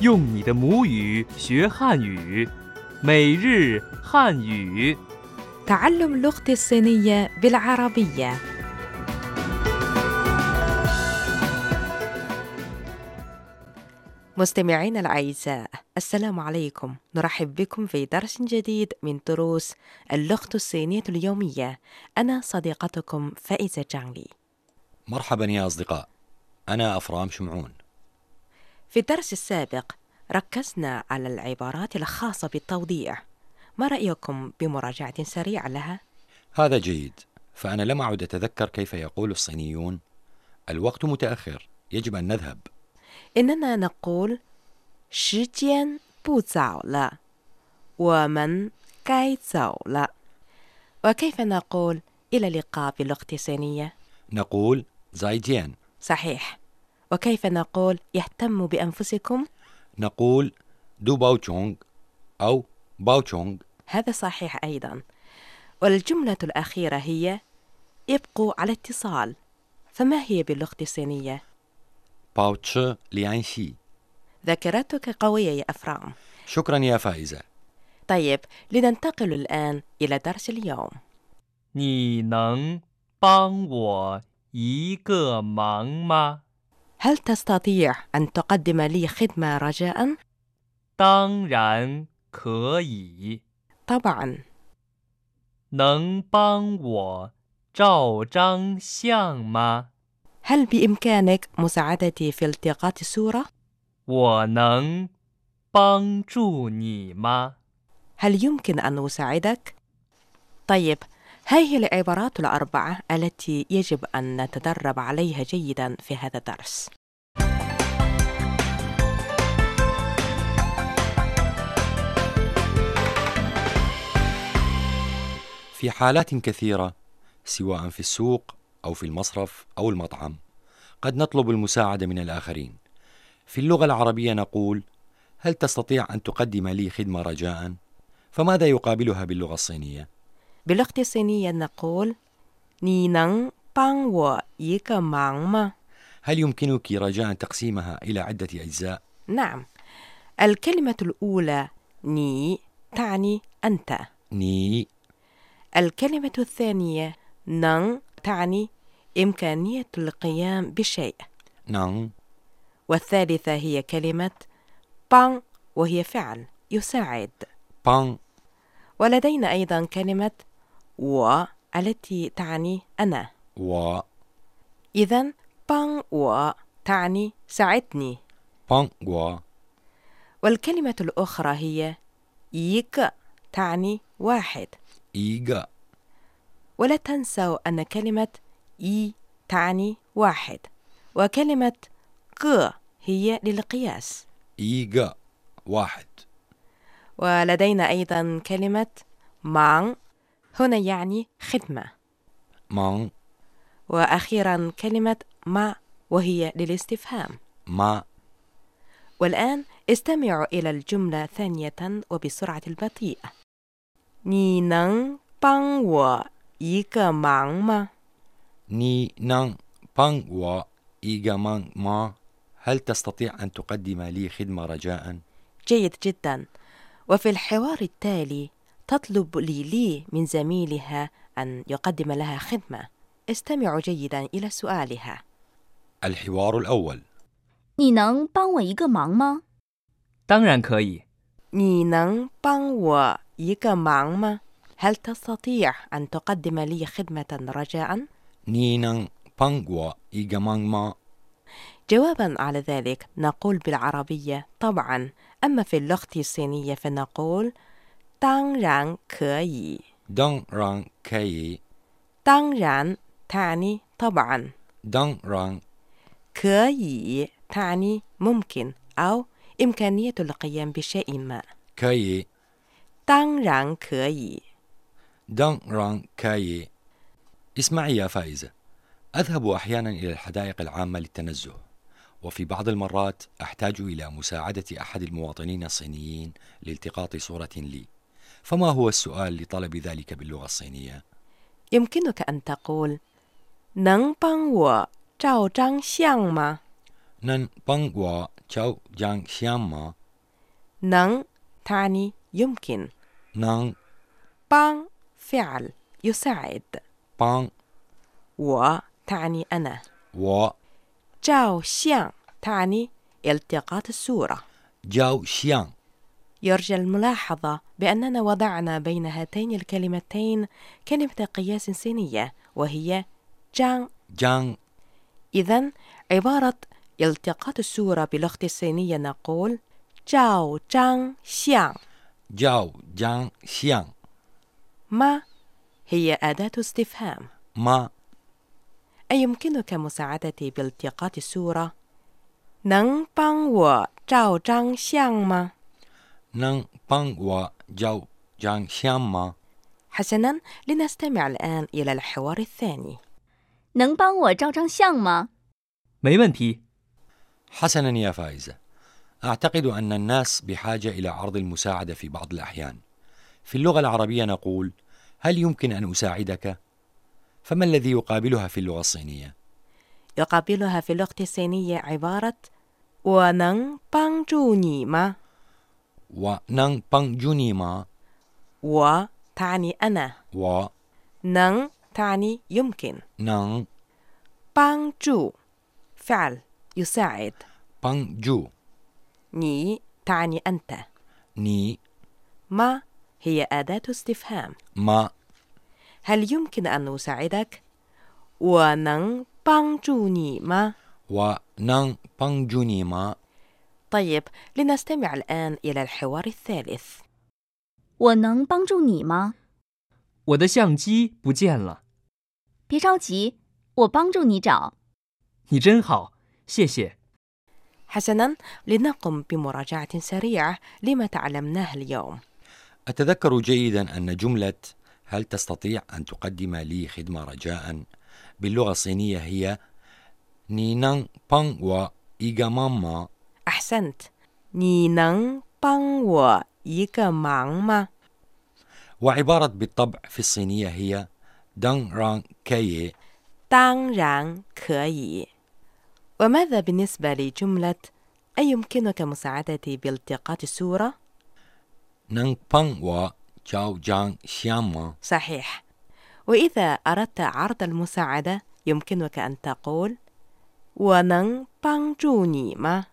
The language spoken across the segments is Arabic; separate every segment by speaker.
Speaker 1: 用你的母语学汉语，每日汉语。
Speaker 2: تعلم لغتي الصينية بالعربية مستمعينا الأعزاء السلام عليكم نرحب بكم في درس جديد من دروس اللغة الصينية اليومية أنا صديقتكم فائزة جانلي
Speaker 3: مرحبا يا أصدقاء أنا أفرام شمعون
Speaker 2: في الدرس السابق ركزنا على العبارات الخاصة بالتوضيح ما رأيكم بمراجعة سريعة لها؟
Speaker 3: هذا جيد فأنا لم أعد أتذكر كيف يقول الصينيون الوقت متأخر يجب أن نذهب
Speaker 2: إننا نقول 时间不早了，我们该走了。وكيف نقول إلى اللقاء باللغة الصينية؟
Speaker 3: نقول زايجين
Speaker 2: صحيح. وكيف نقول يهتموا بأنفسكم؟
Speaker 3: نقول دو باو تشونغ أو باو تشونغ
Speaker 2: هذا صحيح أيضا. والجملة الأخيرة هي ابقوا على اتصال. فما هي باللغة الصينية؟
Speaker 3: باو تش ليان شي
Speaker 2: ذاكرتك قوية يا أفرام.
Speaker 3: شكرا يا فائزة
Speaker 2: طيب لننتقل الآن إلى درس اليوم.
Speaker 1: 你能帮我一个忙吗？
Speaker 2: هل تستطيع أن تقدم لي خدمة رجاء؟
Speaker 1: 当然可以。
Speaker 2: طبعا.
Speaker 1: 能帮我照张相吗？
Speaker 2: هل بإمكانك مساعدتي في التقاط الصورة؟
Speaker 1: 我能帮助你吗？
Speaker 2: هل يمكن أن أساعدك؟ طيب، هذه العبارات الأربعة التي يجب أن نتدرب عليها جيدا في هذا الدرس.
Speaker 3: في حالات كثيرة سواء في السوق أو في المصرف أو المطعم قد نطلب المساعدة من الآخرين في اللغة العربية نقول هل تستطيع أن تقدم لي خدمة رجاء؟ فماذا يقابلها باللغة الصينية؟
Speaker 2: باللغة الصينية نقول: 你能帮我一个忙吗？
Speaker 3: هل يمكنك رجاء تقسيمها إلى عدة أجزاء؟
Speaker 2: نعم. الكلمة الأولى 你 تعني أنت.
Speaker 3: ني
Speaker 2: الكلمة الثانية نن تعني إمكانية القيام بشيء
Speaker 3: نان
Speaker 2: والثالثة هي كلمة بان وهي فعل يساعد
Speaker 3: بان
Speaker 2: ولدينا أيضا كلمة و التي تعني أنا
Speaker 3: و
Speaker 2: إذا بان و تعني ساعدني
Speaker 3: بان و
Speaker 2: والكلمة الأخرى هي يك تعني واحد
Speaker 3: إيغا
Speaker 2: ولا تنسوا أن كلمة إي تعني واحد وكلمة ق هي للقياس
Speaker 3: إيغا واحد
Speaker 2: ولدينا أيضا كلمة مع هنا يعني خدمة
Speaker 3: مان
Speaker 2: وأخيرا كلمة ما وهي للاستفهام
Speaker 3: ما
Speaker 2: والآن استمعوا إلى الجملة ثانية وبسرعة البطيئة 你能帮我一个忙吗？
Speaker 3: ني نان بان و إيغا مان ما هل تستطيع أن تقدم لي خدمة رجاء؟
Speaker 2: جيد جدا وفي الحوار التالي تطلب لي لي من زميلها أن يقدم لها خدمة استمعوا جيدا إلى سؤالها
Speaker 3: الحوار الأول
Speaker 4: 你能帮我一个忙吗？
Speaker 1: 当然可以。
Speaker 2: 你能帮我一个忙吗？هل تستطيع أن تقدم لي خدمة رجاء؟
Speaker 3: ني نان بان و إيغا مان ما
Speaker 2: جوابا على ذلك نقول بالعربية طبعا أما في اللغة الصينية فنقول 当然可以
Speaker 3: دان ران كاي
Speaker 2: 当然 تعني طبعا
Speaker 3: دان ران
Speaker 2: 可以 تعني ممكن أو إمكانية القيام بشيء ما
Speaker 3: كاي
Speaker 2: 当然可以
Speaker 3: دان ران كاي اسمعي يا فائزة أذهب أحيانا إلى الحدائق العامة للتنزه وفي بعض المرات أحتاج إلى مساعدة أحد المواطنين الصينيين لالتقاط صورة لي فما هو السؤال لطلب ذلك باللغة الصينية؟
Speaker 2: يمكنك أن تقول 能帮我照张相吗？
Speaker 3: نن بانغ وا تشاو جانغ شياما
Speaker 2: نان تعني يمكن
Speaker 3: نانغ
Speaker 2: بان فعل يساعد
Speaker 3: بان
Speaker 2: و تعني أنا
Speaker 3: و
Speaker 2: جاو شيان تعني التقاط الصورة
Speaker 3: جاو شيان
Speaker 2: يرجى الملاحظة بأننا وضعنا بين هاتين الكلمتين كلمة قياس صينية وهي جان
Speaker 3: جانغ
Speaker 2: إذا عبارة التقاط الصورة باللغة الصينية نقول جاو جان شيان
Speaker 3: جاو جانغ شيان
Speaker 2: ما هي أداة استفهام
Speaker 3: ما
Speaker 2: أيمكنك مساعدتي بالتقاط الصورة؟ 能帮我照张相吗？
Speaker 3: نانغ بان و جاو جانغ شياما
Speaker 2: حسنا لنستمع الآن إلى الحوار الثاني
Speaker 4: 能帮我照张相吗？
Speaker 1: 没问题。
Speaker 3: حسنا يا فائزة أعتقد أن الناس بحاجة إلى عرض المساعدة في بعض الأحيان في اللغة العربية نقول هل يمكن أن أساعدك؟ فما الذي يقابلها في اللغة الصينية؟
Speaker 2: يقابلها في اللغة الصينية عبارة 我能帮助你吗？
Speaker 3: ونانغ بان جوني ما
Speaker 2: 我 تعني أنا
Speaker 3: و
Speaker 2: 能 تعني يمكن
Speaker 3: نانغ
Speaker 2: 帮助 فعل يساعد
Speaker 3: بان جو
Speaker 2: 你 تعني أنت
Speaker 3: ني
Speaker 2: ما هي أداة استفهام
Speaker 3: ما
Speaker 2: هل يمكن أن أساعدك؟ 我能帮助你吗？
Speaker 3: ونانغ بان جوني ما
Speaker 2: طيب لنستمع الآن إلى الحوار الثالث
Speaker 4: 我能帮助你吗？
Speaker 1: 我的相机不见了，
Speaker 4: 别着急，我帮助你找。
Speaker 1: 你真好，谢谢。
Speaker 2: حسنا لنقم بمراجعة سريعة لما تعلمناه اليوم
Speaker 3: أتذكر جيدا أن جملة هل تستطيع أن تقدم لي خدمة رجاء باللغة الصينية هي نينان بان و إيغاماما
Speaker 2: أحسنت 你能帮我一个忙吗？
Speaker 3: وعبارة بالطبع في الصينية هي دان ران كاي
Speaker 2: 当然可以 وماذا بالنسبة لجملة أيمكنك مساعدتي بالتقاط الصورة؟
Speaker 3: نان بان و تشاو جان شياما
Speaker 2: صحيح وإذا أردت عرض المساعدة يمكنك أن تقول 我能帮助你吗？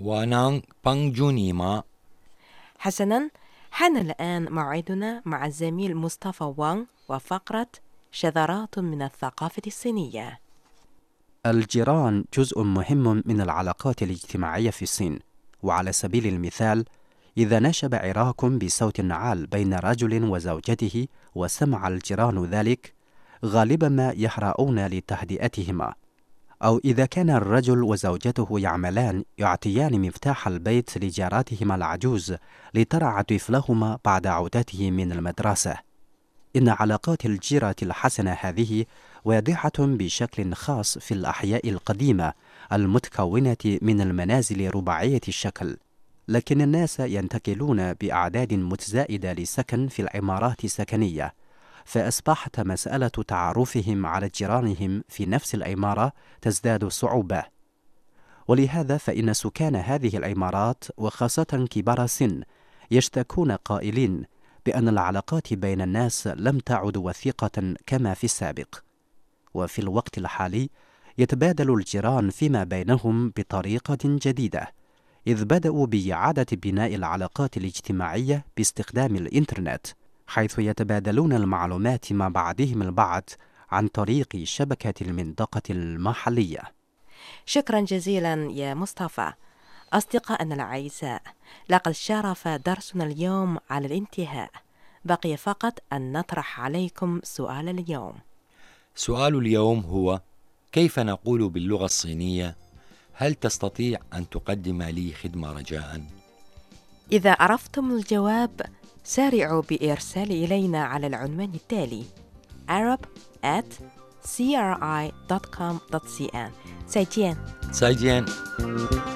Speaker 3: ونان بان جوني ما
Speaker 2: حسنا حان الآن موعدنا مع الزميل مصطفى وان وفقرة شذرات من الثقافة الصينية
Speaker 5: الجيران جزء مهم من العلاقات الاجتماعية في الصين، وعلى سبيل المثال، إذا نشب عراك بصوت النعال بين رجل وزوجته وسمع الجيران ذلك، غالبا ما يهرؤون لتهدئتهما، أو إذا كان الرجل وزوجته يعملان يعطيان مفتاح البيت لجارتهما العجوز لترعى طفلهما بعد عودته من المدرسة. إن علاقات الجيرة الحسنة هذه واضحة بشكل خاص في الأحياء القديمة المتكونة من المنازل رباعية الشكل، لكن الناس ينتقلون بأعداد متزايدة للسكن في العمارات السكنية، فأصبحت مسألة تعرفهم على جيرانهم في نفس العمارة تزداد صعوبة. ولهذا فإن سكان هذه العمارات وخاصة كبار السن يشتكون قائلين بأن العلاقات بين الناس لم تعد وثيقة كما في السابق. وفي الوقت الحالي يتبادل الجيران فيما بينهم بطريقة جديدة، إذ بدأوا بإعادة بناء العلاقات الاجتماعية باستخدام الإنترنت، حيث يتبادلون المعلومات مع بعضهم البعض عن طريق شبكة المنطقة المحلية.
Speaker 2: شكرا جزيلا يا مصطفى أصدقائنا الأعزاء لقد شرف درسنا اليوم على الانتهاء بقي فقط أن نطرح عليكم سؤال اليوم
Speaker 3: سؤال اليوم هو كيف نقول باللغة الصينية هل تستطيع أن تقدم لي خدمة رجاءً؟
Speaker 2: إذا عرفتم الجواب سارعوا بإرسال إلينا على العنوان التالي arab at cri.com.cn 再见。
Speaker 3: 再见。